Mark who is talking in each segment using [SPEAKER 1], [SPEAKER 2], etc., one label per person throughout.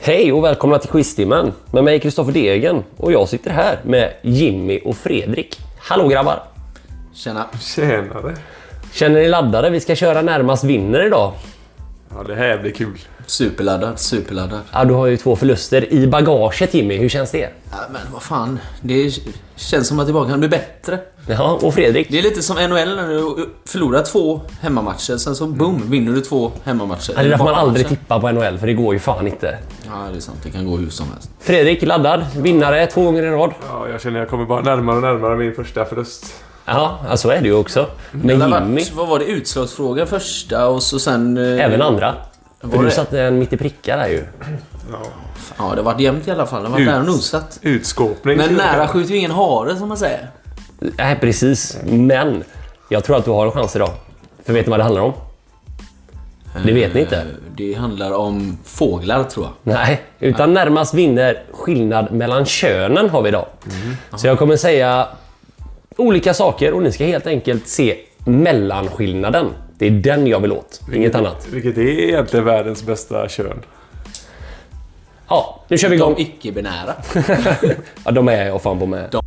[SPEAKER 1] Hej och välkomna till Quiztimmen med mig Kristoffer Degen och jag sitter här med Jimmy och Fredrik. Hallå grabbar!
[SPEAKER 2] Tjena.
[SPEAKER 3] Tjenare!
[SPEAKER 1] Känner ni laddade? Vi ska köra närmast vinner idag.
[SPEAKER 3] Ja, det här blir kul.
[SPEAKER 2] Superladdad, superladdad.
[SPEAKER 1] Ja, du har ju två förluster i bagaget Jimmy, hur känns det?
[SPEAKER 2] Ja, men vad fan. Det känns som att det bara kan bli bättre.
[SPEAKER 1] Ja, och Fredrik?
[SPEAKER 2] Det är lite som NHL när du förlorar två hemmamatcher, sen så boom, vinner du två hemmamatcher.
[SPEAKER 1] Ja, det är därför man aldrig tippar på NHL, för det går ju fan inte.
[SPEAKER 2] Ja, det är sant. Det kan gå hur som helst.
[SPEAKER 1] Fredrik, laddad. Vinnare två gånger i rad.
[SPEAKER 3] Ja, jag känner att jag kommer bara närmare och närmare min första förlust.
[SPEAKER 1] Ja, ja, så är det ju också. Men
[SPEAKER 2] Det har
[SPEAKER 1] Jimmy,
[SPEAKER 2] varit, vad var det? Utslagsfråga första och så sen... eh,
[SPEAKER 1] även andra. För
[SPEAKER 2] Var
[SPEAKER 1] du
[SPEAKER 2] det?
[SPEAKER 1] satte en mitt i prickar där ju.
[SPEAKER 2] Ja, det har varit jämnt i alla fall. Det har varit
[SPEAKER 3] Ut.
[SPEAKER 2] nära och nosat.
[SPEAKER 3] Utskåpning.
[SPEAKER 2] Men nära skjuter ju ingen hare, som man säger.
[SPEAKER 1] Nej, precis. Men jag tror att du har en chans idag. För vet ni vad det handlar om? Det vet ni inte.
[SPEAKER 2] Eh, Det handlar om fåglar, tror jag.
[SPEAKER 1] Nej, utan närmast vinner skillnad mellan könen har vi idag. Så jag kommer säga olika saker och ni ska helt enkelt se mellanskillnaden. Det är den jag vill åt, inget annat.
[SPEAKER 3] Vilket är egentligen världens bästa kön.
[SPEAKER 1] Ja, nu kör vi igång.
[SPEAKER 2] De icke-binära. Eh,
[SPEAKER 1] Ja, de är jag fan på med.
[SPEAKER 2] De-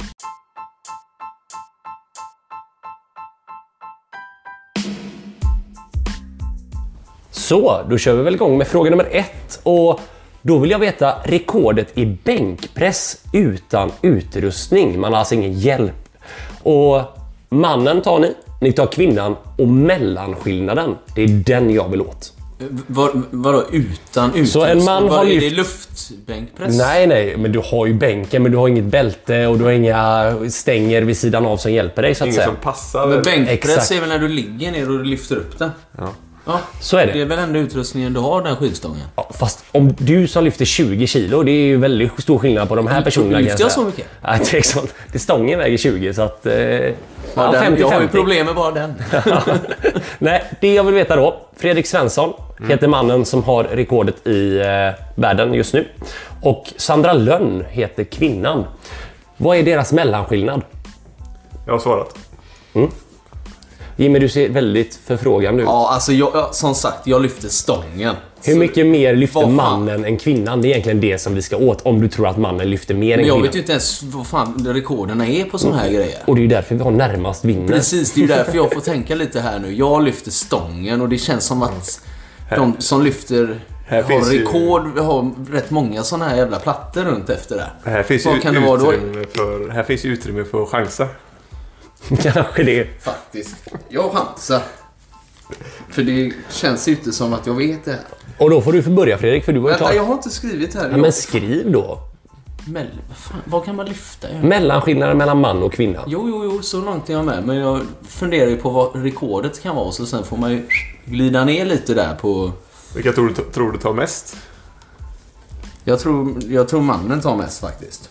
[SPEAKER 1] Så, då kör vi väl igång med fråga nummer ett. Och då vill jag veta rekordet i bänkpress utan utrustning. Man har alltså ingen hjälp. Och mannen tar ni, ni tar kvinnan och mellanskillnaden, det är den jag vill åt.
[SPEAKER 2] Var, vadå utan utrustning?
[SPEAKER 1] Så en man
[SPEAKER 2] Vad
[SPEAKER 1] har
[SPEAKER 2] Är det
[SPEAKER 1] lyft-
[SPEAKER 2] luftbänkpress?
[SPEAKER 1] Nej, nej, men du har ju bänken, men du har inget bälte och du har inga stänger vid sidan av som hjälper dig så att
[SPEAKER 3] Ingen
[SPEAKER 1] säga.
[SPEAKER 3] som passar.
[SPEAKER 2] Men
[SPEAKER 3] eller?
[SPEAKER 2] bänkpress
[SPEAKER 1] Exakt.
[SPEAKER 2] är väl när du ligger ner och du lyfter upp den?
[SPEAKER 3] Ja.
[SPEAKER 2] Ja.
[SPEAKER 1] Så är det.
[SPEAKER 2] Det är väl enda utrustningen du har, den skivstången?
[SPEAKER 1] Ja, fast om du som lyfter 20 kilo, det är ju väldigt stor skillnad på de här personerna.
[SPEAKER 2] lyfter
[SPEAKER 1] kan säga.
[SPEAKER 2] jag så mycket?
[SPEAKER 1] Ja, det är sant. Det stången väger 20 så att... Eh, ja,
[SPEAKER 2] Ja, den, jag har ju
[SPEAKER 1] 50-50.
[SPEAKER 2] problem med bara den.
[SPEAKER 1] Nej, det jag vill veta då. Fredrik Svensson
[SPEAKER 2] Mm.
[SPEAKER 1] heter mannen som har rekordet i eh, världen just nu. Och Sandra Lönn heter kvinnan. Vad är deras mellanskillnad?
[SPEAKER 3] Jag har svarat.
[SPEAKER 1] Jimmy, du ser väldigt förfrågande ut.
[SPEAKER 2] Ja, alltså jag, jag, som sagt, jag lyfter stången.
[SPEAKER 1] Hur mycket mer lyfter
[SPEAKER 2] Vad fan?
[SPEAKER 1] mannen än kvinnan? Det är egentligen det som vi ska åt, om du tror att mannen lyfter mer än
[SPEAKER 2] Men jag
[SPEAKER 1] kvinnan.
[SPEAKER 2] vet ju inte ens vad fan rekorderna är på såna här
[SPEAKER 3] Mm.
[SPEAKER 2] grejer.
[SPEAKER 1] Och det är ju därför vi har närmast vinner.
[SPEAKER 2] Precis, det är ju därför jag får tänka lite här nu. Jag lyfter stången och det känns som att de som lyfter
[SPEAKER 3] Mm. Här
[SPEAKER 2] har
[SPEAKER 3] finns ju-
[SPEAKER 2] rekord, vi har rätt många såna här jävla plattor runt efter det.
[SPEAKER 3] Här finns,
[SPEAKER 2] Vad
[SPEAKER 3] ju
[SPEAKER 2] kan det vara då?
[SPEAKER 3] utrymme för, här finns ju utrymme för att chansa.
[SPEAKER 1] Kanske det.
[SPEAKER 2] Faktiskt. Jag chansar. För det känns ju inte som att jag vet det här.
[SPEAKER 1] Och då får du få börja Fredrik, för du var ju
[SPEAKER 2] Vänta,
[SPEAKER 1] klar.
[SPEAKER 2] jag har inte skrivit här.
[SPEAKER 1] Ja, men skriv då.
[SPEAKER 2] Mell- vad fan, vad kan man lyfta?
[SPEAKER 1] Mellanskillnaden mellan man och kvinna.
[SPEAKER 2] Jo, jo, jo, så långt är jag med. Men jag funderar ju på vad rekordet kan vara. Så sen får man ju glida ner lite där på...
[SPEAKER 3] Vilka tror du, tror du tar mest?
[SPEAKER 2] Jag tror, jag tror mannen tar mest faktiskt.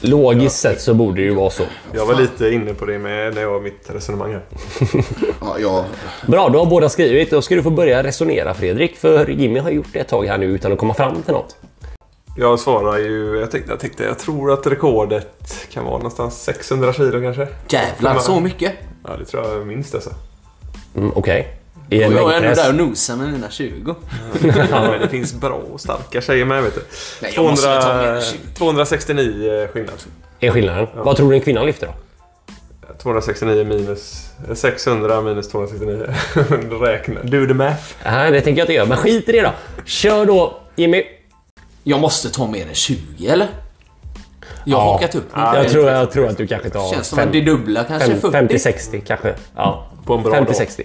[SPEAKER 1] Logiskt sett så borde det ju vara så.
[SPEAKER 3] Jag var lite inne på det med när jag var mitt resonemang här.
[SPEAKER 2] Ja, jag...
[SPEAKER 1] Bra, då har båda skrivit. Då ska du få börja resonera Fredrik, för Jimmy har gjort det ett tag här nu utan att komma fram till något.
[SPEAKER 3] Jag svarar ju... Jag tänkte, jag tänkte, jag tror att rekordet kan vara någonstans 600 kilo kanske.
[SPEAKER 2] Jävlar, så mycket!
[SPEAKER 3] Ja, det tror jag minst alltså.
[SPEAKER 1] Mm, Okej. I
[SPEAKER 2] Och
[SPEAKER 1] en
[SPEAKER 2] jag är ändå
[SPEAKER 1] bänkpress.
[SPEAKER 2] där och nosar med mina 20.
[SPEAKER 3] Ja, men det finns bra och starka tjejer med vet du.
[SPEAKER 2] Nej, jag måste ta med mig 20.
[SPEAKER 3] 269 skillnad.
[SPEAKER 1] Är skillnaden. Vad tror du en kvinna lyfter då?
[SPEAKER 3] 269 minus... 600 minus 269. Räkna. Do the math.
[SPEAKER 1] Nej, Äh, det tänker jag inte göra, men skit i det då. Kör då Jimmy.
[SPEAKER 2] Jag måste ta mer än 20, eller? Jag har
[SPEAKER 1] Ja.
[SPEAKER 2] hakat upp mig.
[SPEAKER 1] Jag tror, jag tror att du kanske tar
[SPEAKER 2] Känns som
[SPEAKER 1] fem-
[SPEAKER 2] att det dubbla kanske
[SPEAKER 1] fem-
[SPEAKER 2] 40.
[SPEAKER 1] 50-60 kanske. Ja.
[SPEAKER 3] På en bra dag.
[SPEAKER 1] 50-60.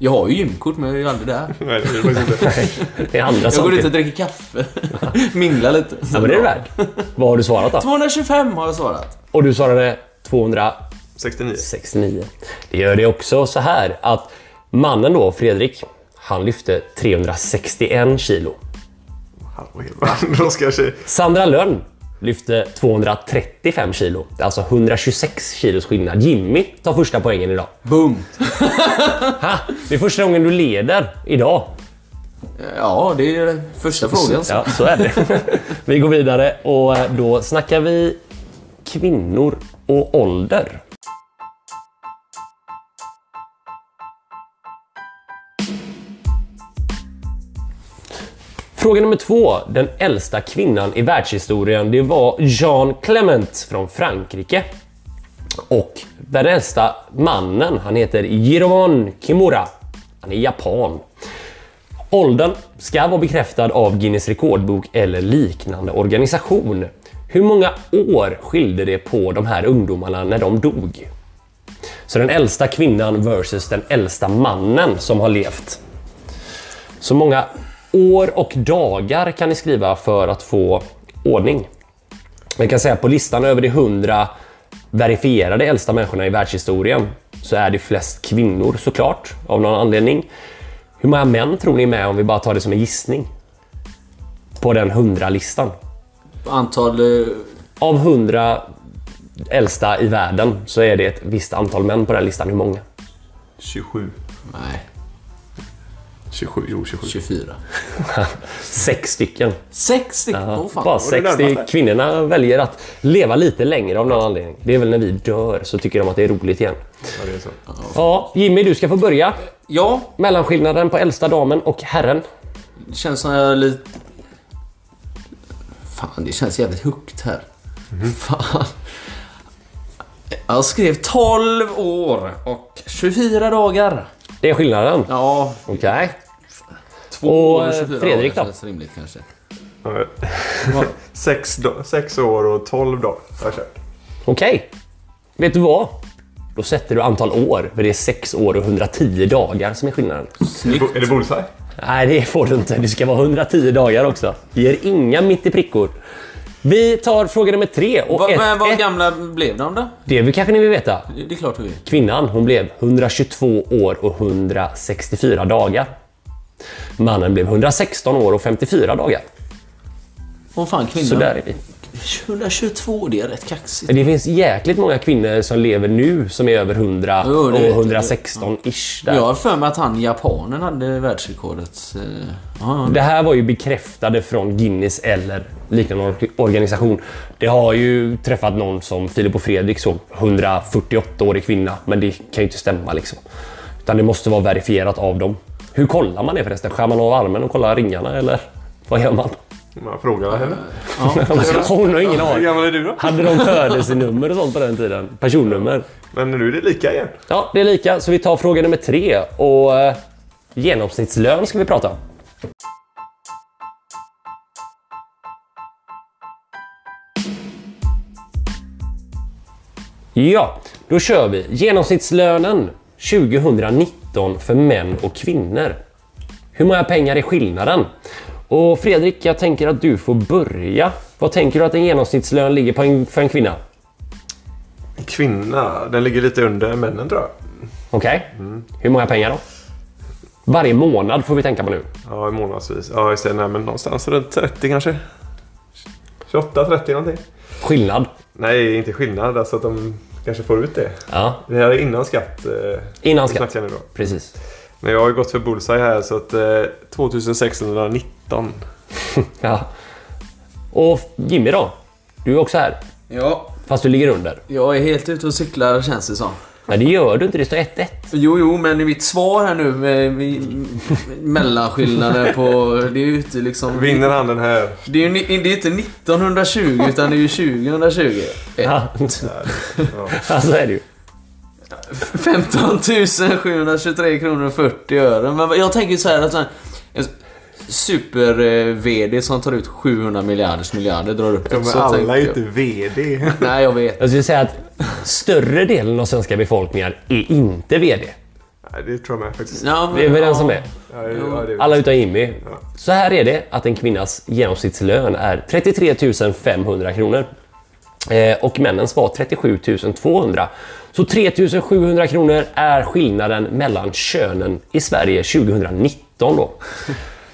[SPEAKER 2] Jag har ju gymkort men jag är ju aldrig där.
[SPEAKER 3] Nej, det är det faktiskt inte.
[SPEAKER 1] Det är andra
[SPEAKER 2] Jag går
[SPEAKER 1] samtidigt.
[SPEAKER 2] ut och dricker kaffe. Minglar lite.
[SPEAKER 1] Ja, men det är det värt. Vad har du svarat då?
[SPEAKER 2] 225 har jag svarat.
[SPEAKER 1] Och du svarade 269.
[SPEAKER 3] 69.
[SPEAKER 1] Det gör det också så här att mannen då, Fredrik, han lyfte 361 kilo.
[SPEAKER 3] Halvhel. Då ska jag se.
[SPEAKER 1] Sandra Lönn lyfte 235 kilo. Det är alltså 126 kilos skillnad. Jimmy tar första poängen idag.
[SPEAKER 2] Boom!
[SPEAKER 1] Ha! Det är första gången du leder idag.
[SPEAKER 2] Ja, det är den första frågan.
[SPEAKER 1] Ja, så är det. Vi går vidare och eh, då snackar vi kvinnor och ålder. Fråga nummer två. Den äldsta kvinnan i världshistorien, det var Jean Clement från Frankrike. Och den äldsta mannen, han heter Jiron Kimura. Han är japan. Åldern ska vara bekräftad av Guinness rekordbok eller liknande organisation. Hur många år skilde det på de här ungdomarna när de dog? Så den äldsta kvinnan versus den äldsta mannen som har levt. Så många år och dagar kan ni skriva för att få ordning. Man kan säga att på listan över de 100 verifierade äldsta människorna i världshistorien så är det flest kvinnor såklart, av någon anledning. Hur många män tror ni är med om vi bara tar det som en gissning? På den 100-listan.
[SPEAKER 2] Antal... eh,
[SPEAKER 1] Av 100 äldsta i världen så är det ett visst antal män på den här listan. Hur många?
[SPEAKER 3] 27.
[SPEAKER 2] Nej,
[SPEAKER 3] 27, jo 27.
[SPEAKER 2] 24.
[SPEAKER 1] Sex stycken.
[SPEAKER 2] 60? Åh fan.
[SPEAKER 1] Bara
[SPEAKER 3] det
[SPEAKER 1] sex.
[SPEAKER 3] närmar sig.
[SPEAKER 1] Kvinnorna väljer att leva lite längre av någon anledning. Det är väl när vi dör så tycker de att det är roligt igen.
[SPEAKER 3] Ja, det är så.
[SPEAKER 1] Ja, Jimmy, du ska få börja.
[SPEAKER 2] Ja,
[SPEAKER 1] Mellanskillnaden på äldsta damen och herren.
[SPEAKER 2] det känns som jag är lite... Fan, det känns jävligt högt här.
[SPEAKER 1] Mhm.
[SPEAKER 2] Fan. Jag skrev 12 år och 24 dagar.
[SPEAKER 1] Det är skillnaden.
[SPEAKER 2] Ja,
[SPEAKER 1] Okej.
[SPEAKER 2] två
[SPEAKER 1] Och,
[SPEAKER 2] år och
[SPEAKER 1] eh,
[SPEAKER 2] 24
[SPEAKER 1] Fredrik
[SPEAKER 2] dagar
[SPEAKER 1] då?
[SPEAKER 2] känns rimligt kanske.
[SPEAKER 3] Ja, sex, da- sex år och 12 dagar har jag kört.
[SPEAKER 1] Okej. Vet du vad? Då sätter du antal år, för det är 6 år och 110 dagar som är skillnaden.
[SPEAKER 3] Är det- Är det bullseye?
[SPEAKER 1] Nej, det får du inte. Det ska vara 110 dagar också. Det ger inga mitt i prickor. Vi tar fråga nummer tre. Och
[SPEAKER 2] Va,
[SPEAKER 1] ett,
[SPEAKER 2] men vad
[SPEAKER 1] ett,
[SPEAKER 2] gamla blev de då?
[SPEAKER 1] det vill kanske ni vill veta.
[SPEAKER 2] Det det är klart vi vill.
[SPEAKER 1] Kvinnan hon blev 122 år och 164 dagar. Mannen blev 116 år och 54 dagar.
[SPEAKER 2] Och fan kvinnan.
[SPEAKER 1] Så där är vi.
[SPEAKER 2] 122, det är rätt kaxigt.
[SPEAKER 1] Det finns jäkligt många kvinnor som lever nu som är över 100
[SPEAKER 2] Jo, det
[SPEAKER 1] och
[SPEAKER 2] vet jag.
[SPEAKER 1] 116-ish. där.
[SPEAKER 2] Jag har för mig att han japanen hade världsrekordet. eh, ja,
[SPEAKER 1] Det här var ju bekräftade från Guinness eller liknande or- organisation. Det har ju träffat någon som Filip och Fredrik såg, 148-årig kvinna, men det kan ju inte stämma liksom. Utan det måste vara verifierat av dem. Hur kollar man det förresten? Skär man av armen och kollar ringarna eller vad gör man?
[SPEAKER 3] Man frågar heller.
[SPEAKER 1] Hon har ingen
[SPEAKER 3] Hur
[SPEAKER 1] aning.
[SPEAKER 3] gammal är du då?
[SPEAKER 1] Hade de födelsenummer och sånt på den tiden? Personnummer?
[SPEAKER 3] Men nu är det lika igen.
[SPEAKER 1] Ja, det är lika. Så vi tar fråga nummer tre och eh, genomsnittslön ska vi prata om. Ja, då kör vi. Genomsnittslönen 2019 för män och kvinnor. Hur många pengar är skillnaden? Och Fredrik, jag tänker att du får börja. Vad tänker du att en genomsnittslön ligger på en, för en kvinna?
[SPEAKER 3] Kvinna, den ligger lite under männen tror jag.
[SPEAKER 1] Okej. Hur många pengar då? Varje månad får vi tänka på nu.
[SPEAKER 3] Ja, i månadsvis. Ja, just det. Nej, men någonstans runt 30 kanske. 28-30 någonting.
[SPEAKER 1] Skillnad.
[SPEAKER 3] Nej, inte skillnad. Alltså att de kanske får ut det.
[SPEAKER 1] Ja,
[SPEAKER 3] Det här är innan skatt. Eh,
[SPEAKER 1] innan skatt.
[SPEAKER 3] snackar jag nu då.
[SPEAKER 1] Precis.
[SPEAKER 3] Men jag har ju gått för bullseye här så att eh, 2619.
[SPEAKER 1] Ja. Och Jimmy då? Du är också här,
[SPEAKER 2] Ja,
[SPEAKER 1] fast du ligger under.
[SPEAKER 2] jag är helt ute och cyklar känns det som.
[SPEAKER 1] Nej, det gör du inte. Det står 1-1.
[SPEAKER 2] Jo, jo, men i mitt svar här nu eh, med, med, med mellanskillnader på... Det är ju inte liksom...
[SPEAKER 3] Vinner han den här?
[SPEAKER 2] Det är ju ni- det är inte 1920 utan det är ju 2020.
[SPEAKER 1] Ja. Alltså är det ju.
[SPEAKER 2] 15 723 kronor och 40 öre. Men jag tänker ju så här att så här, en super-VD som tar ut 700 miljarders miljarder drar upp
[SPEAKER 3] Ja,
[SPEAKER 2] det.
[SPEAKER 3] men
[SPEAKER 2] Så
[SPEAKER 3] alla
[SPEAKER 2] tänkte
[SPEAKER 3] är ju typ-
[SPEAKER 2] jag.
[SPEAKER 3] inte VD.
[SPEAKER 2] Nej, jag vet.
[SPEAKER 1] Jag skulle säga att större delen av svenska befolkningen är inte VD.
[SPEAKER 3] Nej, det tror jag med faktiskt.
[SPEAKER 2] Ja, men,
[SPEAKER 1] Det är väl den som
[SPEAKER 2] ja.
[SPEAKER 1] är.
[SPEAKER 3] Ja, det, ja, det,
[SPEAKER 1] Alla utan Jimmy. Så här är det att en kvinnas genomsnittslön är 33 500 kronor. Eh, Och männens var 37 200. Så 3 700 kronor är skillnaden mellan könen i Sverige 2019. Då.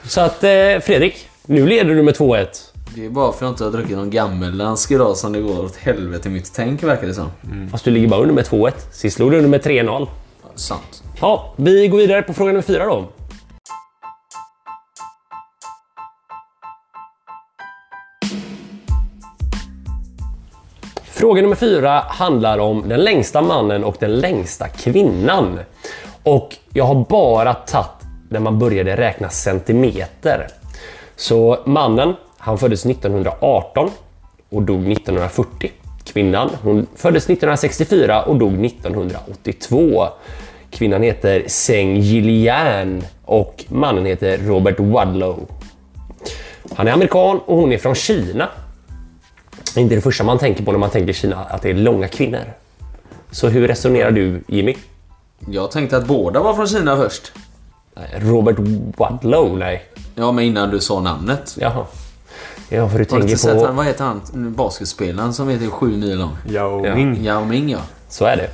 [SPEAKER 1] Så att eh, Fredrik, nu leder du med 2-1.
[SPEAKER 2] Det är bara för att jag inte har druckit någon gammeldansk idag som det går åt helvete i mitt tänk verkar det som.
[SPEAKER 1] Fast du ligger bara under med 2-1. Sist låg du under med 3-0.
[SPEAKER 2] Sant.
[SPEAKER 1] Ja, vi går vidare på fråga nummer fyra då. Fråga nummer fyra handlar om den längsta mannen och den längsta kvinnan. Och jag har bara tagit när man började räkna centimeter. Så mannen, han föddes 1918 och dog 1940. Kvinnan, hon föddes 1964 och dog 1982. Kvinnan heter Seng Gillian och mannen heter Robert Wadlow. Han är amerikan och hon är från Kina. Det är inte det första man tänker på när man tänker Kina, att det är långa kvinnor. Så hur resonerar du Jimmy?
[SPEAKER 2] Jag tänkte att båda var från Kina först.
[SPEAKER 1] Nej, Robert Wadlow? Nej.
[SPEAKER 2] Ja, men innan du sa namnet.
[SPEAKER 1] Jaha. Ja, för du
[SPEAKER 2] Har du inte
[SPEAKER 1] tänker
[SPEAKER 2] sett
[SPEAKER 1] på...
[SPEAKER 2] han, vad heter han, basketspelaren som heter sju mil lång?
[SPEAKER 3] Yao
[SPEAKER 1] Ja.
[SPEAKER 3] Ming.
[SPEAKER 2] Yao Ming ja.
[SPEAKER 1] Så är det.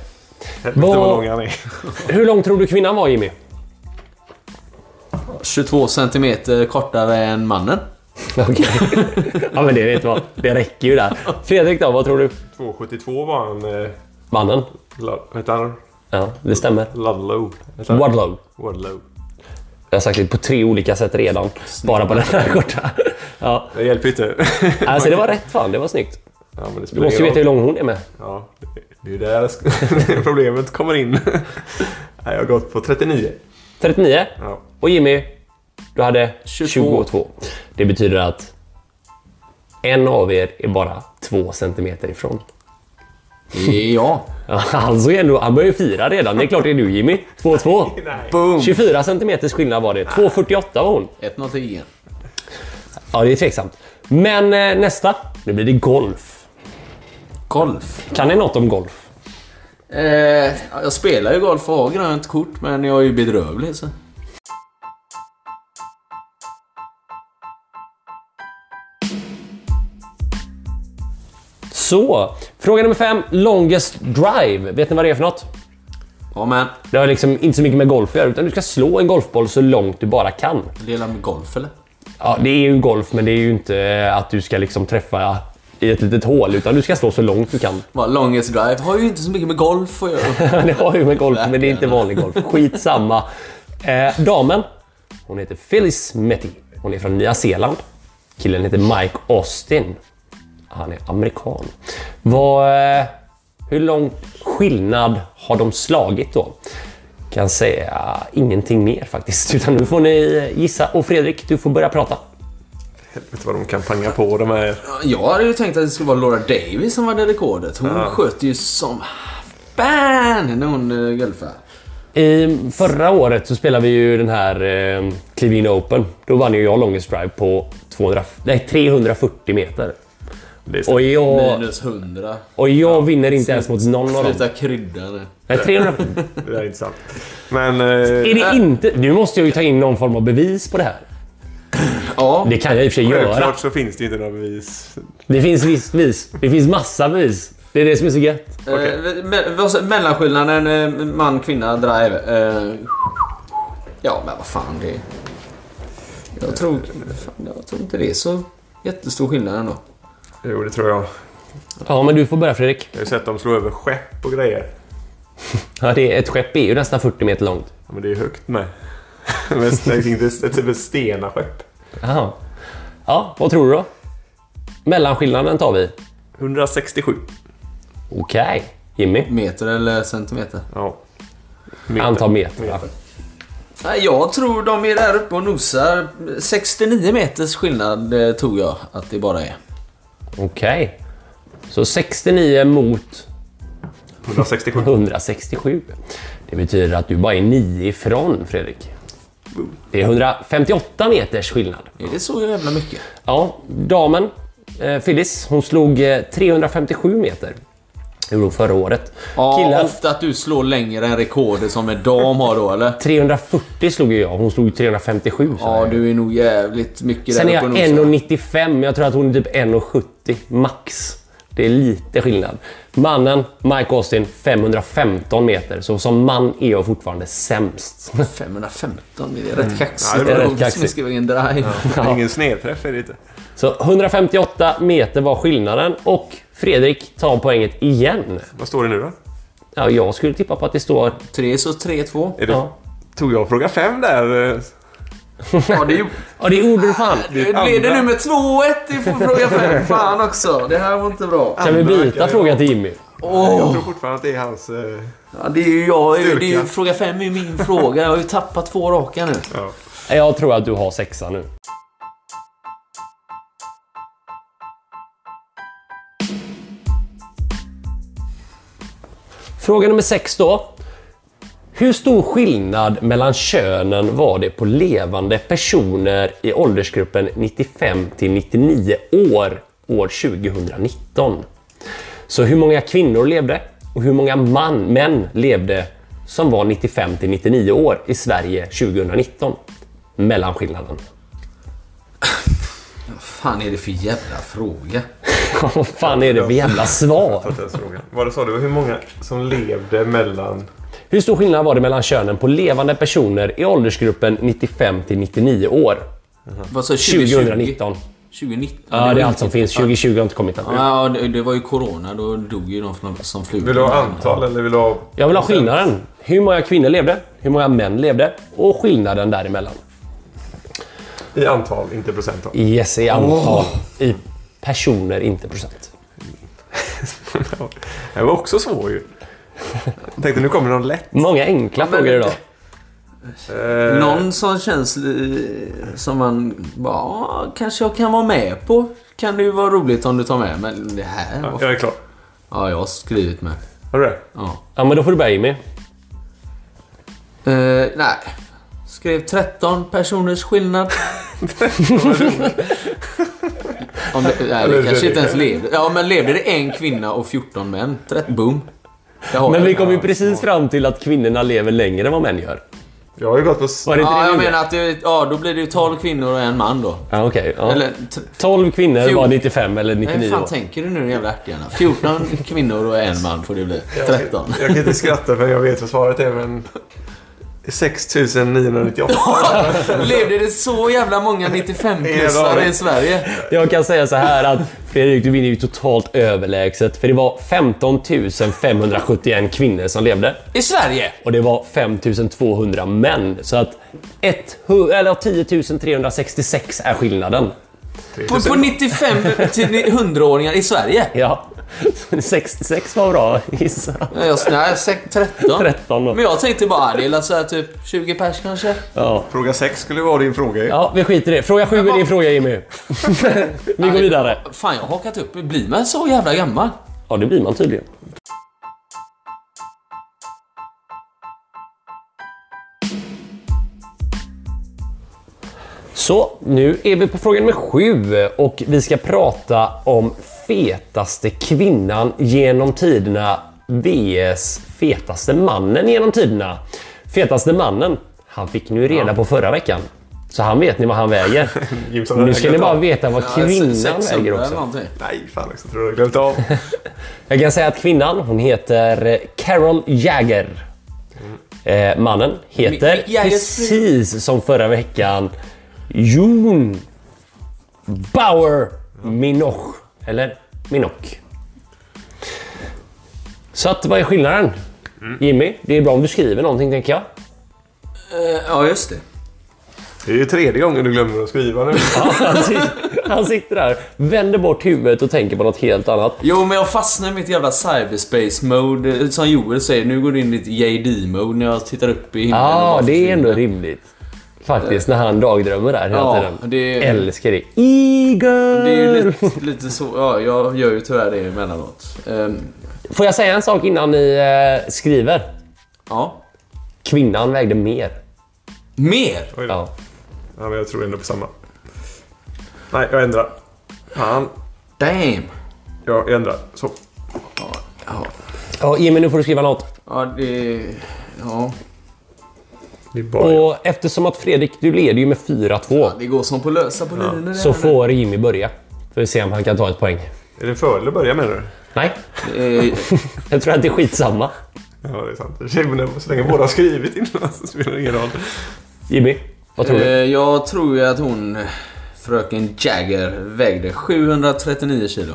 [SPEAKER 3] Helvete vad
[SPEAKER 1] Vad-
[SPEAKER 3] lång han är.
[SPEAKER 1] Hur lång tror du kvinnan var Jimmy?
[SPEAKER 2] 22 centimeter kortare än mannen.
[SPEAKER 1] Okej. ja men det vet vad. Det räcker ju där. Fredrik då, vad tror du?
[SPEAKER 3] 2,72 var han. Eh,
[SPEAKER 1] Mannen?
[SPEAKER 3] La- vad heter han?
[SPEAKER 1] Ja, det stämmer.
[SPEAKER 3] Ludlow. Heter han?
[SPEAKER 1] Wadlow.
[SPEAKER 3] Wadlow.
[SPEAKER 1] Jag har sagt det på tre olika sätt redan. Bara på den här korta. Ja,
[SPEAKER 3] Det hjälper ju inte.
[SPEAKER 1] alltså det var rätt fan. Det var snyggt.
[SPEAKER 3] Ja, men det
[SPEAKER 1] Du
[SPEAKER 3] spelar
[SPEAKER 1] måste ju
[SPEAKER 3] ingen
[SPEAKER 1] veta
[SPEAKER 3] roll.
[SPEAKER 1] hur lång hon är med.
[SPEAKER 3] Ja, det- det är ju där sk- problemet kommer in. Nej, jag har gått på 39.
[SPEAKER 1] 39.
[SPEAKER 3] Ja.
[SPEAKER 1] Och Jimmy, du hade 22.
[SPEAKER 2] 22.
[SPEAKER 1] Det betyder att en av er är bara två centimeter ifrån.
[SPEAKER 2] Ja.
[SPEAKER 1] Ja, Han såg ändå, han börjar ju fira redan. Det är klart det är du Jimmy. 2-2.
[SPEAKER 2] Boom!
[SPEAKER 1] 24 centimeters skillnad var det. 2,48 var hon.
[SPEAKER 2] 1-0 till igen.
[SPEAKER 1] Ja, det är tveksamt. Men eh, nästa. Nu blir det golf.
[SPEAKER 2] Golf.
[SPEAKER 1] Kan ni något om golf?
[SPEAKER 2] Eh, jag spelar ju golf och har grönt kort, men jag är ju bedrövlig så.
[SPEAKER 1] Så, fråga nummer fem. Longest drive. Vet ni vad det är för något?
[SPEAKER 2] Ja men,
[SPEAKER 1] Det har liksom inte så mycket med golf att göra, utan du ska slå en golfboll så långt du bara kan.
[SPEAKER 2] delar med golf eller?
[SPEAKER 1] Ja, det är ju golf, men det är ju inte att du ska liksom träffa i ett litet hål, utan du ska slå så långt du kan.
[SPEAKER 2] Bara longest drive har ju inte så mycket med golf att göra.
[SPEAKER 1] Det har ju med golf, men det är inte vanlig golf. Skitsamma. Eh, damen, hon heter Phyllis Metty. Hon är från Nya Zeeland. Killen heter Mike Austin. Han är amerikan. Vad, eh, hur lång skillnad har de slagit då? Kan säga ingenting mer faktiskt, utan nu får ni gissa. Och Fredrik, du får börja prata.
[SPEAKER 3] Helvete vad de kan panga på de här.
[SPEAKER 2] Jag hade ju tänkt att det skulle vara Laura Davis som hade rekordet. Hon sköt ju som fan när hon eh, golfade.
[SPEAKER 1] I förra året så spelade vi ju den här eh, Cleveland Open. Då vann ju jag longest drive på 200, nej, 340 meter.
[SPEAKER 3] Det är
[SPEAKER 1] Och jag,
[SPEAKER 2] Minus 100.
[SPEAKER 1] och jag vinner inte ens mot någon av dem.
[SPEAKER 2] Sluta krydda nu.
[SPEAKER 1] Nej, 300.
[SPEAKER 3] Det är inte sant. Men... Eh,
[SPEAKER 1] Är det inte... Nu måste jag ju ta in någon form av bevis på det här.
[SPEAKER 2] Ja,
[SPEAKER 1] Det kan jag i och för sig göra.
[SPEAKER 3] självklart så finns det ju inte några bevis.
[SPEAKER 1] Det finns visst bevis. Det finns massa bevis. Det är det som är så gött.
[SPEAKER 3] Okej.
[SPEAKER 2] eh, me- vad sa- mellanskillnaden eh, man, kvinna, drive. Eh, ja, men vad fan det... Jag tror, fan, jag tror inte det är så jättestor skillnad ändå.
[SPEAKER 3] Jo, det tror jag.
[SPEAKER 1] Ja, men du får börja Fredrik.
[SPEAKER 3] Jag har ju sett dem slå över skepp och grejer.
[SPEAKER 1] Ja, det är, ett skepp är ju nästan 40 meter långt.
[SPEAKER 3] Ja, men det är högt med. Men jag tänkte inte ett typ av stenaskepp.
[SPEAKER 1] Jaha. Ja, vad tror du då? Mellanskillnaden tar vi.
[SPEAKER 3] 167.
[SPEAKER 1] Okej. Jimmy?
[SPEAKER 2] Meter eller centimeter?
[SPEAKER 3] Ja.
[SPEAKER 1] Antal meter. va?
[SPEAKER 2] Nej, Jag tror de är där uppe och nosar. 69 meters skillnad eh, tror jag att det bara är.
[SPEAKER 1] Okej. Så 69 mot
[SPEAKER 3] 167.
[SPEAKER 1] 167. Det betyder att du bara är 9 ifrån, Fredrik. Det är 158 meters skillnad.
[SPEAKER 2] Är det så jävla mycket?
[SPEAKER 1] Ja, damen, eh, Phyllis, hon slog eh, 357 meter. Det gjorde hon förra året.
[SPEAKER 2] Ja,
[SPEAKER 1] Killen,
[SPEAKER 2] ofta att du slår längre än rekordet som en dam har då, eller?
[SPEAKER 1] 340 slog ju jag. Hon slog 357. sa
[SPEAKER 2] Ja,
[SPEAKER 1] jag.
[SPEAKER 2] du är nog jävligt mycket
[SPEAKER 1] Sen är
[SPEAKER 2] där
[SPEAKER 1] jag
[SPEAKER 2] uppe och nosar.
[SPEAKER 1] 1,95, men jag tror att hon är typ 1,70 max. Det är lite skillnad. Mannen, Mike Austin, 515 meter. Så som man är jag fortfarande sämst.
[SPEAKER 2] 515, Mm. det är rätt kaxigt.
[SPEAKER 3] Ja, det är
[SPEAKER 1] rätt
[SPEAKER 2] Som
[SPEAKER 1] kaxigt.
[SPEAKER 2] skriver en drive.
[SPEAKER 3] Ingen snedträff är det inte.
[SPEAKER 1] Så 158 meter var skillnaden och Fredrik tar poänget igen.
[SPEAKER 3] Vad står det nu då?
[SPEAKER 1] Ja, jag skulle tippa på att det står...
[SPEAKER 2] Tre så tre två.
[SPEAKER 3] Är det,
[SPEAKER 1] Ja.
[SPEAKER 3] Tog jag fråga fem där? eh,
[SPEAKER 2] Ja, det, är ju-
[SPEAKER 1] Ja, det gjorde du fan!
[SPEAKER 2] det blev det nu med 2-1 i fråga fem. Fan också, det här var inte bra.
[SPEAKER 1] Kan vi byta
[SPEAKER 3] verkar det
[SPEAKER 1] frågan till Jimmy?
[SPEAKER 3] Jag
[SPEAKER 2] Åh,
[SPEAKER 1] Oh.
[SPEAKER 3] tror fortfarande att det är hans... eh,
[SPEAKER 2] ja, det är ju jag. Det är ju,
[SPEAKER 3] Styrka.
[SPEAKER 2] fråga fem är ju min fråga. Jag har ju tappat två raka nu.
[SPEAKER 3] Ja.
[SPEAKER 1] Jag tror att du har sexa nu. Fråga nummer sex då. Hur stor skillnad mellan könen var det på levande personer i åldersgruppen 95 till 99 år år 2019? Så hur många kvinnor levde och hur många man, män levde som var 95 till 99 år i Sverige 2019? Mellanskillnaden.
[SPEAKER 2] Vad fan är det för jävla fråga?
[SPEAKER 1] Vad fan är det för jävla svar?
[SPEAKER 3] Fattar ens frågan. Vad det sa du? Hur många som levde mellan...
[SPEAKER 1] Hur stor skillnad var det mellan könen på levande personer i åldersgruppen 95 till 99 år
[SPEAKER 2] Vad sa
[SPEAKER 1] 2019?
[SPEAKER 2] 2019?
[SPEAKER 1] Ja,
[SPEAKER 2] var
[SPEAKER 1] det är
[SPEAKER 2] ju-
[SPEAKER 1] allt som finns. 2020 har inte kommit än.
[SPEAKER 2] Ja, det, det var ju corona. Då dog ju de som, som flugor.
[SPEAKER 3] Vill du ha antal eller vill du ha...
[SPEAKER 1] Jag vill ha skillnaden. Hur många kvinnor levde? Hur många män levde? Och skillnaden däremellan.
[SPEAKER 3] I antal, inte procenttal.
[SPEAKER 1] Yes, i antal. I personer, inte procent.
[SPEAKER 3] Det var också svår ju. Jag tänkte nu kommer någon lätt.
[SPEAKER 1] Många enkla
[SPEAKER 2] men-
[SPEAKER 1] frågor idag.
[SPEAKER 3] Eh,
[SPEAKER 2] Någon som känns eh, som man bara, "Ah, kanske jag kan vara med på. Kan det ju vara roligt om du tar med. Men det här...
[SPEAKER 3] ja,
[SPEAKER 2] Ja,
[SPEAKER 3] Jag är klar.
[SPEAKER 2] ja jag har skrivit med.
[SPEAKER 3] Har du det?
[SPEAKER 2] Ja.
[SPEAKER 1] Ja, men då får du börja Jimmy.
[SPEAKER 2] Eh, nej. Skrev 13 personers skillnad. Om det, nej,
[SPEAKER 3] Eller
[SPEAKER 2] det
[SPEAKER 3] det
[SPEAKER 2] kanske inte
[SPEAKER 3] det.
[SPEAKER 2] ens levde. Ja, men levde det en kvinna och 14 män? 13, boom. Det har
[SPEAKER 1] Men
[SPEAKER 2] jag.
[SPEAKER 1] vi kom ju precis fram till att kvinnorna lever längre än vad män gör.
[SPEAKER 3] Jag har ju gått på...
[SPEAKER 1] Var det inte
[SPEAKER 2] Ja,
[SPEAKER 1] det
[SPEAKER 2] jag
[SPEAKER 1] vi gjorde?
[SPEAKER 2] menar att det, ja, då blir det ju 12 kvinnor och en man då.
[SPEAKER 1] Ja, okej. ja.
[SPEAKER 2] Eller... t-
[SPEAKER 1] 12 kvinnor var
[SPEAKER 2] Fjol-
[SPEAKER 1] 95 eller
[SPEAKER 2] Nej, hur
[SPEAKER 1] 99
[SPEAKER 2] fan
[SPEAKER 1] år.
[SPEAKER 2] tänker du nu din jävla ärtgärna? 14 kvinnor och en man får det bli. 13.
[SPEAKER 3] Jag kan inte skratta för jag vet vad svaret är men... 6998.
[SPEAKER 2] Levde det så jävla många 95-plussare i Sverige?
[SPEAKER 1] Jag kan säga så här att Fredrik, du vinner ju totalt överlägset. För det var 15 571 kvinnor som levde.
[SPEAKER 2] I Sverige?
[SPEAKER 1] och det var 5200 män. Så att ett, hu- eller 10 366 är skillnaden.
[SPEAKER 2] På, på 95 till 100-åringar i Sverige?
[SPEAKER 1] Ja. 66 var bra gissa.
[SPEAKER 2] Nej, Jag, nej, sex- 13.
[SPEAKER 1] 13 då.
[SPEAKER 2] Men jag tänkte bara, ah, det är väl så här typ 20 pers kanske?
[SPEAKER 1] Ja.
[SPEAKER 3] Fråga 6 skulle vara din fråga ju.
[SPEAKER 1] ja, vi skiter i det. Fråga 7 är din fråga Jimmy. vi går vidare.
[SPEAKER 2] Fan, jag har hakat upp mig. Blir man så jävla gammal?
[SPEAKER 1] Ja, det blir man tydligen. Så, nu är vi på fråga nummer sju och vi ska prata om fetaste kvinnan genom tiderna vs fetaste mannen genom tiderna. Fetaste mannen, han fick ni ju reda på förra veckan. Så han vet ni vad han väger.
[SPEAKER 3] Jimson har
[SPEAKER 1] Nu ska ni
[SPEAKER 3] glömt
[SPEAKER 1] bara
[SPEAKER 3] av.
[SPEAKER 1] veta vad
[SPEAKER 2] Ja,
[SPEAKER 1] kvinnan
[SPEAKER 2] 600
[SPEAKER 1] väger
[SPEAKER 2] eller
[SPEAKER 1] också.
[SPEAKER 2] någonting.
[SPEAKER 3] Nej, fan också. Tror du jag glömt av.
[SPEAKER 1] Jag kan säga att kvinnan, hon heter eh, Carol Jagger. Eh, mannen heter
[SPEAKER 2] Mick Jaggers
[SPEAKER 1] precis som förra veckan Jon Bauer Minoch. Eller Minoch. Så att, vad är skillnaden? Jimmy, det är bra om du skriver någonting tänker jag.
[SPEAKER 2] Eh, Ja, just det.
[SPEAKER 3] Det är ju tredje gången du glömmer att skriva nu.
[SPEAKER 1] Ja, han, sit- han sitter där, vänder bort huvudet och tänker på något helt annat.
[SPEAKER 2] Jo, men jag fastnar i mitt jävla cyberspace-mode. Som Joel säger, nu går det in i ett JD-mode när jag tittar upp i himlen. och
[SPEAKER 1] Ja,
[SPEAKER 2] bara
[SPEAKER 1] det är
[SPEAKER 2] försvinner.
[SPEAKER 1] ändå rimligt. Faktiskt, när han dagdrömmer där hela
[SPEAKER 2] Ja,
[SPEAKER 1] tiden.
[SPEAKER 2] det-
[SPEAKER 1] Älskar det. Eagle!
[SPEAKER 2] Det är ju lite, lite så. Ja, jag gör ju tyvärr det emellanåt. Ehm,
[SPEAKER 1] Får jag säga en sak innan ni eh, skriver?
[SPEAKER 2] ja.
[SPEAKER 1] Kvinnan vägde mer.
[SPEAKER 2] Mer?
[SPEAKER 3] Oj då.
[SPEAKER 1] Ja.
[SPEAKER 3] Ja, men jag tror ändå på samma. Nej, jag ändrar. Fan.
[SPEAKER 2] Damn.
[SPEAKER 3] Jag jag ändrar. Så.
[SPEAKER 2] Ja,
[SPEAKER 1] ja, Jimmy, nu får du skriva något.
[SPEAKER 2] ja det... Ja.
[SPEAKER 3] Det är bara jag.
[SPEAKER 1] Och eftersom att Fredrik, du leder ju med 4-2
[SPEAKER 2] Det går som på lösa på linjer.
[SPEAKER 1] så får Jimmy börja. Får vi se om han kan ta ett poäng.
[SPEAKER 3] Är det en fördel att börja med nu?
[SPEAKER 1] Nej,
[SPEAKER 2] Eh,
[SPEAKER 1] jag tror att det är skitsamma.
[SPEAKER 3] Ja, det är sant. Det är ju när- Så länge båda har skrivit innan så spelar det ingen roll.
[SPEAKER 1] Jimmy, vad tror
[SPEAKER 2] eh,
[SPEAKER 1] du?
[SPEAKER 2] jag tror ju att hon, fröken Jagger, vägde 739 kilo.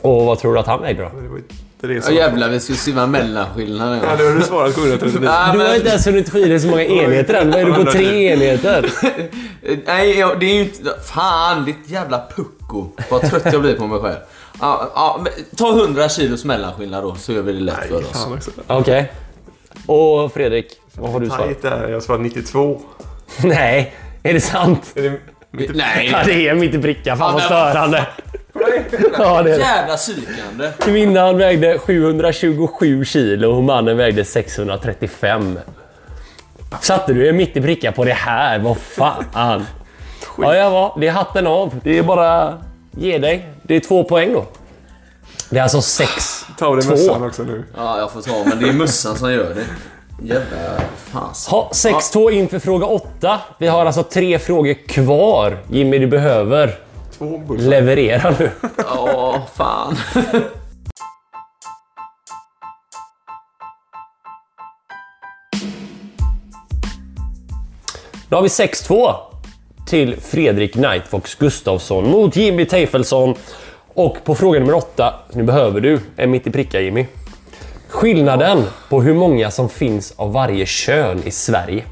[SPEAKER 1] Och vad tror du att han vägde då?
[SPEAKER 3] Men Det var ju inte det
[SPEAKER 2] Ja
[SPEAKER 3] som...
[SPEAKER 2] jävlar, vi skulle skriva mellanskillnaden.
[SPEAKER 3] Ja,
[SPEAKER 2] Ja.
[SPEAKER 3] då har du svarat 739.
[SPEAKER 2] Nej,
[SPEAKER 1] Du har inte
[SPEAKER 2] men,
[SPEAKER 1] ens hunnit få i dig så många enheter än. Vad är du på tre enheter?
[SPEAKER 2] nej, jag- det är ju inte... Fan, ditt jävla pucko. Vad trött jag blir på mig själv. Ja, ja, men ta 100 kilos mellanskillnad då, så gör vi det lätt för
[SPEAKER 3] Nej,
[SPEAKER 2] oss.
[SPEAKER 3] fan också.
[SPEAKER 1] Okej. Och Fredrik, vad har du svarat?
[SPEAKER 3] Tajt det här. Jag svarade 92.
[SPEAKER 1] Nej, är det sant?
[SPEAKER 3] Är det...
[SPEAKER 2] Nej,
[SPEAKER 1] Ja, det är mitt i brickan. Fan vad
[SPEAKER 2] men-
[SPEAKER 1] störande. Ja, det är det.
[SPEAKER 2] Jävla psykande.
[SPEAKER 1] Kvinnan vägde 727 kilo och mannen vägde 635. Satte du er mitt i pricka på det här? Vad fan? Ja, ja, va. det är hatten av. Det är bara ge dig. Det är två poäng då. Det är alltså sex.
[SPEAKER 3] Ta av dig
[SPEAKER 1] Två.
[SPEAKER 3] mössan också nu.
[SPEAKER 2] Ja, jag får ta, men det är mössan som gör det. Jävla fasen.
[SPEAKER 1] Ha, 6-2 inför fråga 8. Vi har alltså tre frågor kvar. Jimmy, du behöver
[SPEAKER 3] Två
[SPEAKER 1] Mm.
[SPEAKER 3] bullar.
[SPEAKER 1] leverera nu.
[SPEAKER 2] Ja, fan.
[SPEAKER 1] Då har vi 6-2 till Fredrik Knightfox Gustafsson mot Jimmy Teifelsson. Och på fråga nummer 8, nu behöver du en mitt i pricka Jimmy. Skillnaden på hur många som finns av varje kön i Sverige.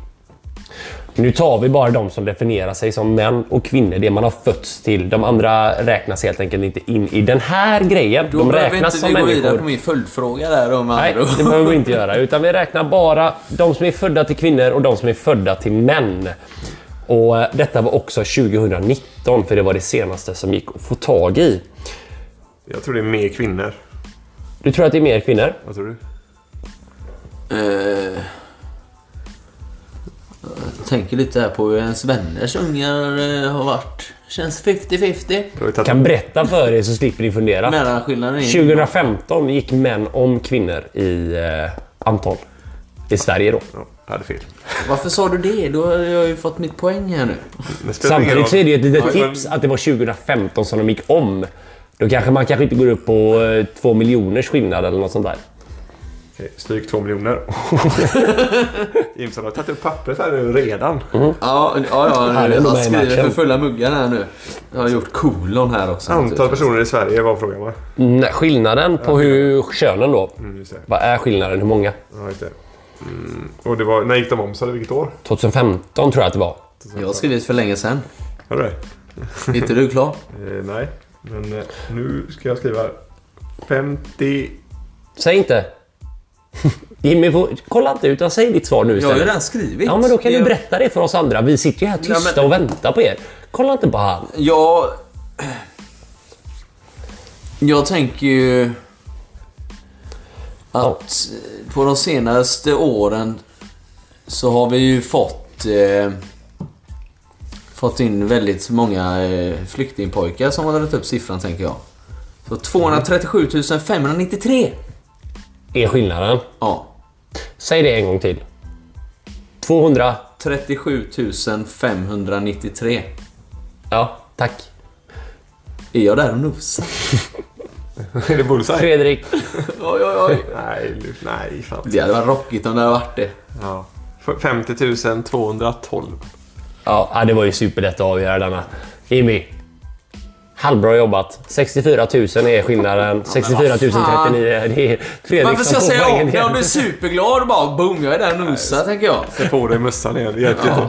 [SPEAKER 1] Nu tar vi bara de som definierar sig som män och kvinnor, det man har fötts till. De andra räknas helt enkelt inte in i den här grejen.
[SPEAKER 2] Då
[SPEAKER 1] de
[SPEAKER 2] behöver
[SPEAKER 1] räknas
[SPEAKER 2] inte
[SPEAKER 1] som
[SPEAKER 2] vi gå vidare på
[SPEAKER 1] människor.
[SPEAKER 2] min följdfråga där om
[SPEAKER 1] Nej,
[SPEAKER 2] andra
[SPEAKER 1] det behöver vi inte göra. Utan vi räknar bara de som är födda till kvinnor och de som är födda till män. Och eh, detta var också 2019, för det var det senaste som gick att få tag i.
[SPEAKER 3] Jag tror det är mer kvinnor.
[SPEAKER 1] Du tror att det är mer kvinnor?
[SPEAKER 3] Vad tror du?
[SPEAKER 2] Eh, Jag tänker lite här på hur ens vänners ungar eh, har varit. Känns 50-50.
[SPEAKER 3] Då har vi tagit
[SPEAKER 1] Kan berätta för er så slipper ni fundera.
[SPEAKER 2] Mellanskillnaden är...
[SPEAKER 1] 2015 gick män om kvinnor i eh, antal. I Sverige då.
[SPEAKER 3] Ja, jag hade fel.
[SPEAKER 2] Varför sa du det? Då har jag ju fått mitt poäng här nu.
[SPEAKER 3] Det spelar ingen roll.
[SPEAKER 1] Samtidigt så är det ju ett litet
[SPEAKER 3] Ja, men-
[SPEAKER 1] tips att det var 2015 som de gick om. Då kanske man kanske inte går upp på eh, två miljoners skillnad eller något sånt där.
[SPEAKER 3] Okej, Stryk två miljoner. Jimson har tagit upp pappret här nu redan.
[SPEAKER 1] Mm.
[SPEAKER 2] Ja, ja, ja.
[SPEAKER 1] Han är nog med
[SPEAKER 2] Jag
[SPEAKER 1] i
[SPEAKER 2] skriver
[SPEAKER 1] matchen.
[SPEAKER 2] för fulla muggar här nu. Jag har gjort kolon här också.
[SPEAKER 3] Antal personer i Sverige var frågan va?
[SPEAKER 1] Nej, skillnaden på hur könen då.
[SPEAKER 3] Mm, just det.
[SPEAKER 1] Vad är skillnaden? Hur många?
[SPEAKER 3] Ja, just det. Mm. Och det var, när gick de om sa du vilket år?
[SPEAKER 1] 2015 tror jag att det var.
[SPEAKER 2] Jag har skrivit för länge sedan.
[SPEAKER 3] Har du det?
[SPEAKER 2] Är inte du klar?
[SPEAKER 3] Eh, nej, men eh, nu ska jag skriva 50...
[SPEAKER 1] Säg inte. Jimmy, får, kolla inte utan säg ditt svar nu
[SPEAKER 2] Jag har ju
[SPEAKER 1] istället.
[SPEAKER 2] redan skrivit.
[SPEAKER 1] Ja, men då kan
[SPEAKER 2] Det-
[SPEAKER 1] du berätta det för oss andra. Vi sitter ju här tysta
[SPEAKER 2] men-
[SPEAKER 1] och väntar på er. Kolla inte på han.
[SPEAKER 2] Jag... Jag tänker ju... Att eh, på de senaste åren så har vi ju fått... Eh, fått in väldigt många eh, flyktingpojkar som har dragit upp siffran, tänker jag. Så 237 593!
[SPEAKER 1] Är skillnaden.
[SPEAKER 2] Ja.
[SPEAKER 1] Säg det en gång till. 200.
[SPEAKER 2] 37 593.
[SPEAKER 1] Ja, tack.
[SPEAKER 2] Är jag där och nosar?
[SPEAKER 3] är det bullseye?
[SPEAKER 1] Fredrik.
[SPEAKER 2] Oj, oj, oj.
[SPEAKER 3] Nej, nu- nej fan.
[SPEAKER 2] Det hade varit rockigt om det hade varit det.
[SPEAKER 3] Ja. F- 50 212.
[SPEAKER 1] Ja, ja, det var ju superlätt att avgöra denna. Jimmy. Halvbra jobbat. 64 000 är skillnaden. 64 039. Det är Fredrik
[SPEAKER 2] Varför ska
[SPEAKER 1] som får
[SPEAKER 2] jag säga
[SPEAKER 1] poängen
[SPEAKER 2] om det?
[SPEAKER 1] igen.
[SPEAKER 2] Om du är superglad och bara boom, jag är där och nosar, tänker jag.
[SPEAKER 3] Jag får dig mössan igen. Det hjälpte inte.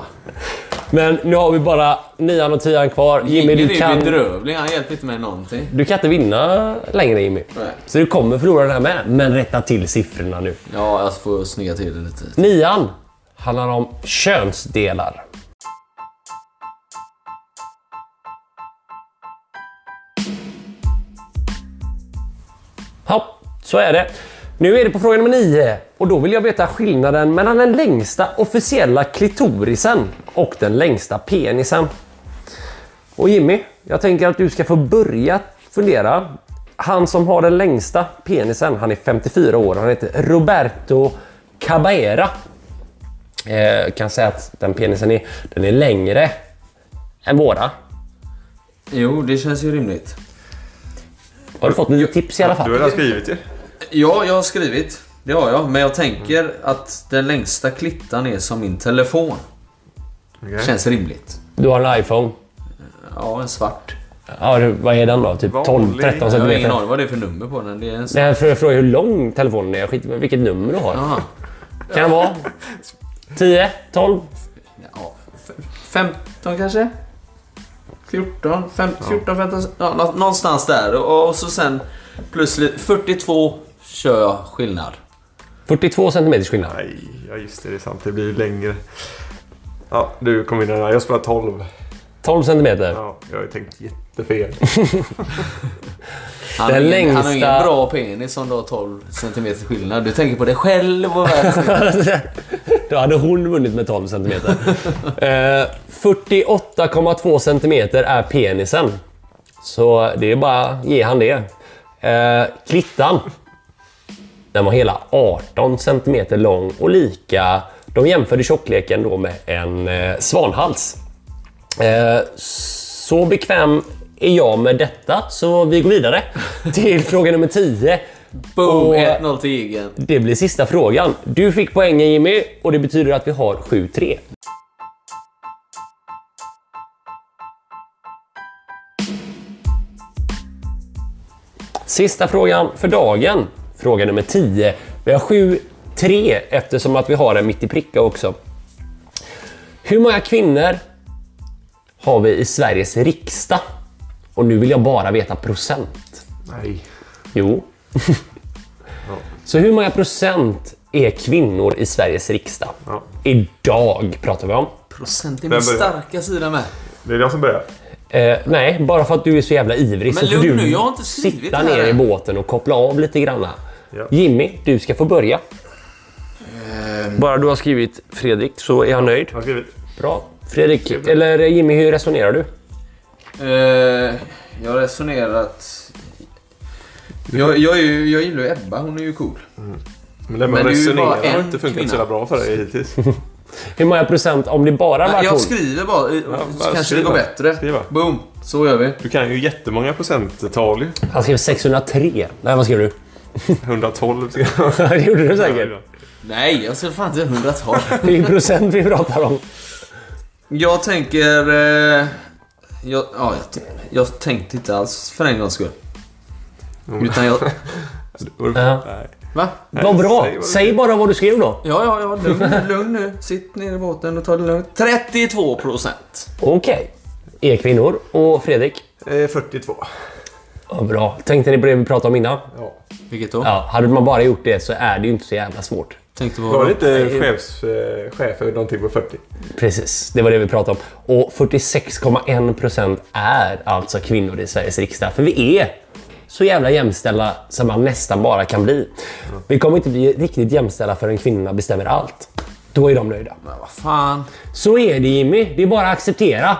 [SPEAKER 1] Men nu har vi bara nian och tian kvar. Jimmy,
[SPEAKER 2] Ingen
[SPEAKER 1] du
[SPEAKER 2] är ju
[SPEAKER 1] kan,
[SPEAKER 2] bedrövlig. Han hjälper inte mig någonting.
[SPEAKER 1] du kan inte vinna längre Jimmy.
[SPEAKER 2] Nej.
[SPEAKER 1] Så du kommer förlora den här med. Men rätta till siffrorna nu.
[SPEAKER 2] Ja, jag får snygga till det lite.
[SPEAKER 1] Nian handlar om könsdelar. Ja, så är det. Nu är det på fråga nummer nio och då vill jag veta skillnaden mellan den längsta officiella klitorisen och den längsta penisen. Och Jimmy, jag tänker att du ska få börja fundera. Han som har den längsta penisen, han är 54 år, han heter Roberto Caballera. Eh, kan säga att den penisen är, den är längre än våra.
[SPEAKER 2] Jo, det känns ju rimligt.
[SPEAKER 1] Har du fått lite tips i alla
[SPEAKER 3] Du
[SPEAKER 1] fall?
[SPEAKER 3] har redan skrivit ju.
[SPEAKER 2] Ja, jag har skrivit. Det har jag. Men jag tänker att den längsta klittan är som min telefon.
[SPEAKER 3] Okej.
[SPEAKER 2] Känns rimligt.
[SPEAKER 1] Du har en iPhone.
[SPEAKER 2] Ja, en svart.
[SPEAKER 1] Ja, du- vad är den då? Typ
[SPEAKER 3] Vanlig.
[SPEAKER 1] 12-13
[SPEAKER 3] Jag
[SPEAKER 2] Jag har ingen
[SPEAKER 1] centimeter?
[SPEAKER 2] aning vad det är för nummer på den. Det är en svart.
[SPEAKER 1] Nej, för jag frågar hur lång telefonen är. Skit med vilket nummer du har.
[SPEAKER 2] Aha.
[SPEAKER 1] Kan det vara 10? 12?
[SPEAKER 2] Ja, f- 15 kanske? 14, 15, 14, 15, ja, nå- någonstans där. Och och så sen plus li- 42 kör jag skillnad.
[SPEAKER 1] 42 centimeters skillnad.
[SPEAKER 3] Nej, ja just det. Det är sant. Det blir ju längre. Ja, du kom in där. Jag spelar 12.
[SPEAKER 1] 12 centimeter.
[SPEAKER 3] Ja, jag har ju tänkt jättefel.
[SPEAKER 2] Han,
[SPEAKER 1] Den
[SPEAKER 2] har ingen- han har
[SPEAKER 1] längsta-
[SPEAKER 2] ingen bra penis om du har 12 cm skillnad. Du tänker på dig själv och
[SPEAKER 1] Då hade hon vunnit med 12 centimeter. Eh, 48,2 centimeter är penisen. Så det är bara att ge han det. Eh, klittan. Den var hela 18 centimeter lång och lika. De jämförde tjockleken då med en eh, svanhals. Eh, så bekväm är jag med detta, så vi går vidare till fråga nummer 10.
[SPEAKER 2] boom,
[SPEAKER 1] Och-
[SPEAKER 2] 1-0 till Jigen.
[SPEAKER 1] det blir sista frågan. Du fick poängen Jimmy och det betyder att vi har 7-3. Sista frågan för dagen. Fråga nummer 10. Vi har 7-3 eftersom att vi har en mitt i pricka också. Hur många kvinnor har vi i Sveriges riksdag? Och nu vill jag bara veta procent.
[SPEAKER 3] Nej.
[SPEAKER 1] Jo. Så hur många procent är kvinnor i Sveriges riksdag?
[SPEAKER 3] Ja.
[SPEAKER 1] Idag pratar vi om.
[SPEAKER 2] Procent är
[SPEAKER 3] Vem
[SPEAKER 2] min
[SPEAKER 3] börjar?
[SPEAKER 2] starka sida med.
[SPEAKER 3] Det är jag som börjar.
[SPEAKER 1] Eh, nej, bara för att du är så jävla ivrig
[SPEAKER 2] Men
[SPEAKER 1] så får
[SPEAKER 2] lugn
[SPEAKER 1] du
[SPEAKER 2] nu, jag har inte skrivit
[SPEAKER 1] sitta
[SPEAKER 2] det här
[SPEAKER 1] ner
[SPEAKER 2] än.
[SPEAKER 1] i båten och koppla av lite grann. här.
[SPEAKER 3] Ja.
[SPEAKER 1] Jimmy, du ska få börja. Eh, Bara du har skrivit Fredrik så är jag nöjd.
[SPEAKER 3] Jag har skrivit.
[SPEAKER 1] Bra. Fredrik, eller eh, Jimmy, hur resonerar du?
[SPEAKER 2] Eh, jag har resonerat... Jag, jag, är ju, jag gillar ju Ebba, hon är ju cool.
[SPEAKER 3] Men det
[SPEAKER 2] Men
[SPEAKER 3] med
[SPEAKER 2] det är ju bara
[SPEAKER 3] resonera har
[SPEAKER 2] en
[SPEAKER 3] inte funkat
[SPEAKER 2] kvinna.
[SPEAKER 3] så jävla bra för dig hittills.
[SPEAKER 1] Hur många procent, om det bara var
[SPEAKER 2] jag
[SPEAKER 1] hon?
[SPEAKER 2] skriver bara, eh,
[SPEAKER 3] bara
[SPEAKER 2] så kanske
[SPEAKER 3] skriv
[SPEAKER 2] det går
[SPEAKER 3] bara.
[SPEAKER 2] bättre.
[SPEAKER 3] Skriv bara.
[SPEAKER 2] Boom, så gör vi.
[SPEAKER 3] Du kan ju jättemånga procenttal ju.
[SPEAKER 1] Han skrev 603. Nej, vad skrev du?
[SPEAKER 3] 112 ska jag
[SPEAKER 1] det gjorde du säkert.
[SPEAKER 2] Nej, jag ser fan inte 112.
[SPEAKER 1] Det är procent vi pratar om.
[SPEAKER 2] jag tänker... Eh, jag, ja, jag, jag tänkte inte alls för en gångs skull.
[SPEAKER 3] Mm.
[SPEAKER 2] Utan jag...
[SPEAKER 1] Ja.
[SPEAKER 3] Alltså, Nej.
[SPEAKER 2] Va?
[SPEAKER 1] Vad bra!
[SPEAKER 3] säg vad du-
[SPEAKER 1] Säg bara vad du skrev då.
[SPEAKER 2] Ja, ja, ja. Lugn, lugn nu. Sitt ner i båten och ta det lugnt. 32 procent.
[SPEAKER 1] Okej. Er kvinnor och Fredrik.
[SPEAKER 3] Eh, 42.
[SPEAKER 1] Ja, bra. Tänkte ni på det vi pratade om innan?
[SPEAKER 3] Ja.
[SPEAKER 2] Vilket då?
[SPEAKER 1] Ja, hade man bara gjort det så är det ju inte så jävla svårt.
[SPEAKER 2] Tänkte på...
[SPEAKER 3] Var det inte chefs, eh, chef eller någonting på 40?
[SPEAKER 1] Precis, det var det vi pratade om. Och 46,1% är alltså kvinnor i Sveriges riksdag. För vi är så jävla jämställda som man nästan bara kan bli. Vi kommer inte bli riktigt jämställda förrän kvinnorna bestämmer allt. Då är de nöjda.
[SPEAKER 2] Men vad fan.
[SPEAKER 1] Så är det Jimmy, det är bara att acceptera.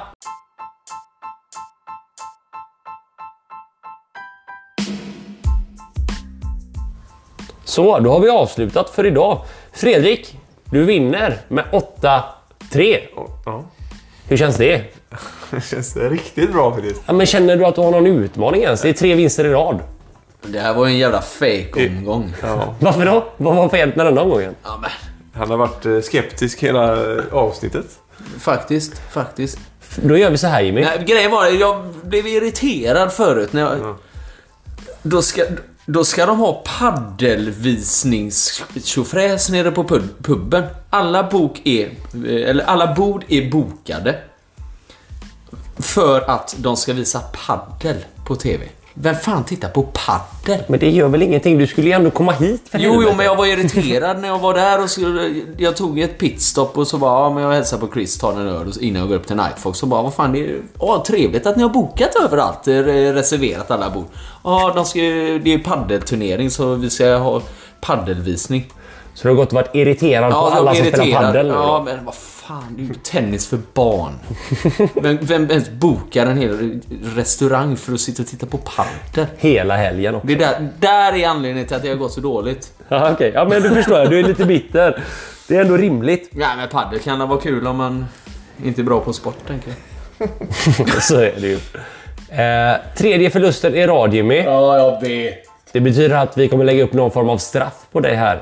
[SPEAKER 1] Så, då har vi avslutat för idag. Fredrik, du vinner med 8-3.
[SPEAKER 3] Ja.
[SPEAKER 1] Hur känns det?
[SPEAKER 3] Det känns riktigt bra faktiskt.
[SPEAKER 1] Ja, men känner du att du har någon utmaning ens? Det är tre vinster i rad.
[SPEAKER 2] Det här var ju en jävla fake-omgång.
[SPEAKER 3] Ja.
[SPEAKER 1] Varför då? Vad var felet med den här omgången?
[SPEAKER 2] Ja, men.
[SPEAKER 3] Han har varit eh, skeptisk hela eh, avsnittet.
[SPEAKER 2] Faktiskt, faktiskt.
[SPEAKER 1] Då gör vi så här Jimmy.
[SPEAKER 2] Nej, grejen var jag blev irriterad förut när jag... Då ska... Då ska de ha paddelvisningstjofräs nere på pub- puben. Alla, bok är, eh, eller alla bord är bokade. För att de ska visa paddel på TV. Vem fan tittar på paddel?
[SPEAKER 1] Men det gör väl ingenting? Du skulle ju ändå komma hit för
[SPEAKER 2] Jo, jo,
[SPEAKER 1] helvete.
[SPEAKER 2] men jag var irriterad när jag var där och skulle, jag tog ett pitstop och så bara, ja men jag hälsar på Chris, tar en öl och så- innan jag går upp till Nightfox och bara, vad fan det är, åh trevligt att ni har bokat överallt, eh, reserverat alla bord. Ja, de ska ju- det är ju paddelturnering så vi ska ha paddelvisning.
[SPEAKER 1] Så du har gått och varit irriterad på
[SPEAKER 2] Ja,
[SPEAKER 1] alla
[SPEAKER 2] jag
[SPEAKER 1] som
[SPEAKER 2] blir
[SPEAKER 1] spelar
[SPEAKER 2] irriterad.
[SPEAKER 1] padel nu då?
[SPEAKER 2] Ja, men vad fan, det är ju tennis för barn. Vem, vem ens bokar en hel restaurang för att sitta och titta på padel?
[SPEAKER 1] Hela helgen också.
[SPEAKER 2] Det är där, där är anledningen till att det har gått så dåligt.
[SPEAKER 1] Ja, okej. Ja, men du förstår, jag. du är lite bitter. Det är ändå rimligt.
[SPEAKER 2] Nej men padel kan det vara kul om man inte är bra på sport tänker jag.
[SPEAKER 1] Så är det ju. Eh, tredje förlusten i rad, Jimmy.
[SPEAKER 2] Ja, jag vet.
[SPEAKER 1] Det betyder att vi kommer lägga upp någon form av straff på dig här.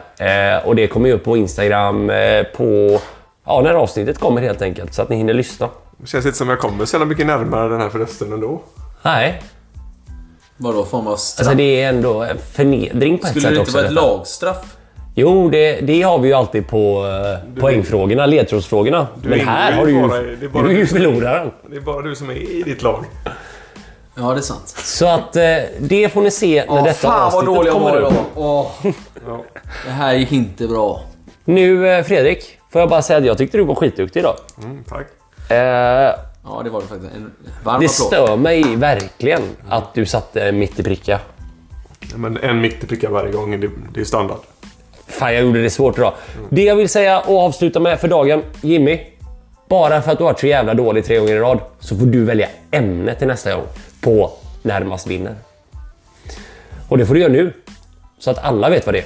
[SPEAKER 1] Eh, och det kommer ju upp på Instagram eh, på... Ja, när avsnittet kommer helt enkelt, så att ni hinner lyssna.
[SPEAKER 3] Det känns inte som jag kommer så jävla mycket närmare den här förlusten ändå.
[SPEAKER 1] Nej,
[SPEAKER 2] Vadå form av straff?
[SPEAKER 1] alltså det är ändå en förnedring på ett
[SPEAKER 2] Skulle
[SPEAKER 1] sätt
[SPEAKER 2] det inte
[SPEAKER 1] också.
[SPEAKER 2] vara ett
[SPEAKER 1] detta.
[SPEAKER 2] lagstraff?
[SPEAKER 1] Jo, det, det har vi ju alltid på eh, poängfrågorna, ledtrådsfrågorna. Men
[SPEAKER 3] är-
[SPEAKER 1] här
[SPEAKER 3] du är
[SPEAKER 1] har du
[SPEAKER 3] bara-
[SPEAKER 1] ju...
[SPEAKER 3] det är bara
[SPEAKER 1] Du är ju
[SPEAKER 3] du.
[SPEAKER 1] förloraren.
[SPEAKER 3] Det är bara du som är i ditt lag.
[SPEAKER 2] Ja, det är sant.
[SPEAKER 1] Så att eh, det får ni se när
[SPEAKER 2] Ja,
[SPEAKER 1] detta
[SPEAKER 2] fan vad
[SPEAKER 1] avsnittet
[SPEAKER 2] dålig jag
[SPEAKER 1] kommer
[SPEAKER 2] var
[SPEAKER 1] upp.
[SPEAKER 2] idag. Åh,
[SPEAKER 3] Ja.
[SPEAKER 2] det här gick inte bra.
[SPEAKER 1] Nu eh, Fredrik, får jag bara säga att jag tyckte du var skitduktig idag.
[SPEAKER 3] Mm, tack.
[SPEAKER 1] Eh,
[SPEAKER 2] Ja, det var det faktiskt. En varm
[SPEAKER 1] Det
[SPEAKER 2] applåd.
[SPEAKER 1] stör mig verkligen att du satte mitt i pricka.
[SPEAKER 3] Ja, Men en mitt i pricka varje gång, det, det är standard.
[SPEAKER 1] Fan, jag gjorde det svårt idag. Det jag vill säga och avsluta med för dagen, Jimmy. Bara för att du har varit så jävla dålig tre gånger i rad så får du välja ämne till nästa gång på Närmast vinner. Och det får du göra nu. Så att alla vet vad det är.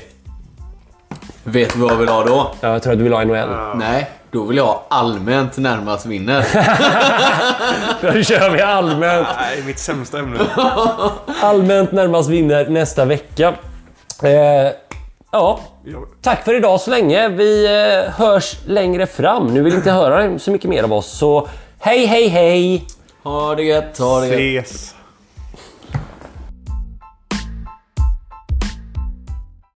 [SPEAKER 2] Vet du vad jag vill ha då?
[SPEAKER 1] Ja, Jag tror att du vill ha NHL.
[SPEAKER 2] Nej, då vill jag ha allmänt närmast vinner.
[SPEAKER 1] Då kör vi allmänt.
[SPEAKER 3] Nej, mitt sämsta ämne.
[SPEAKER 1] Allmänt Närmast vinner nästa vecka. Eh, ja,
[SPEAKER 3] Jag-
[SPEAKER 1] Tack för idag så länge. Vi eh, hörs längre fram. Nu vill inte höra så mycket mer av oss, så hej, hej, hej!
[SPEAKER 2] Ha det gött, ha det gött.
[SPEAKER 3] Ses.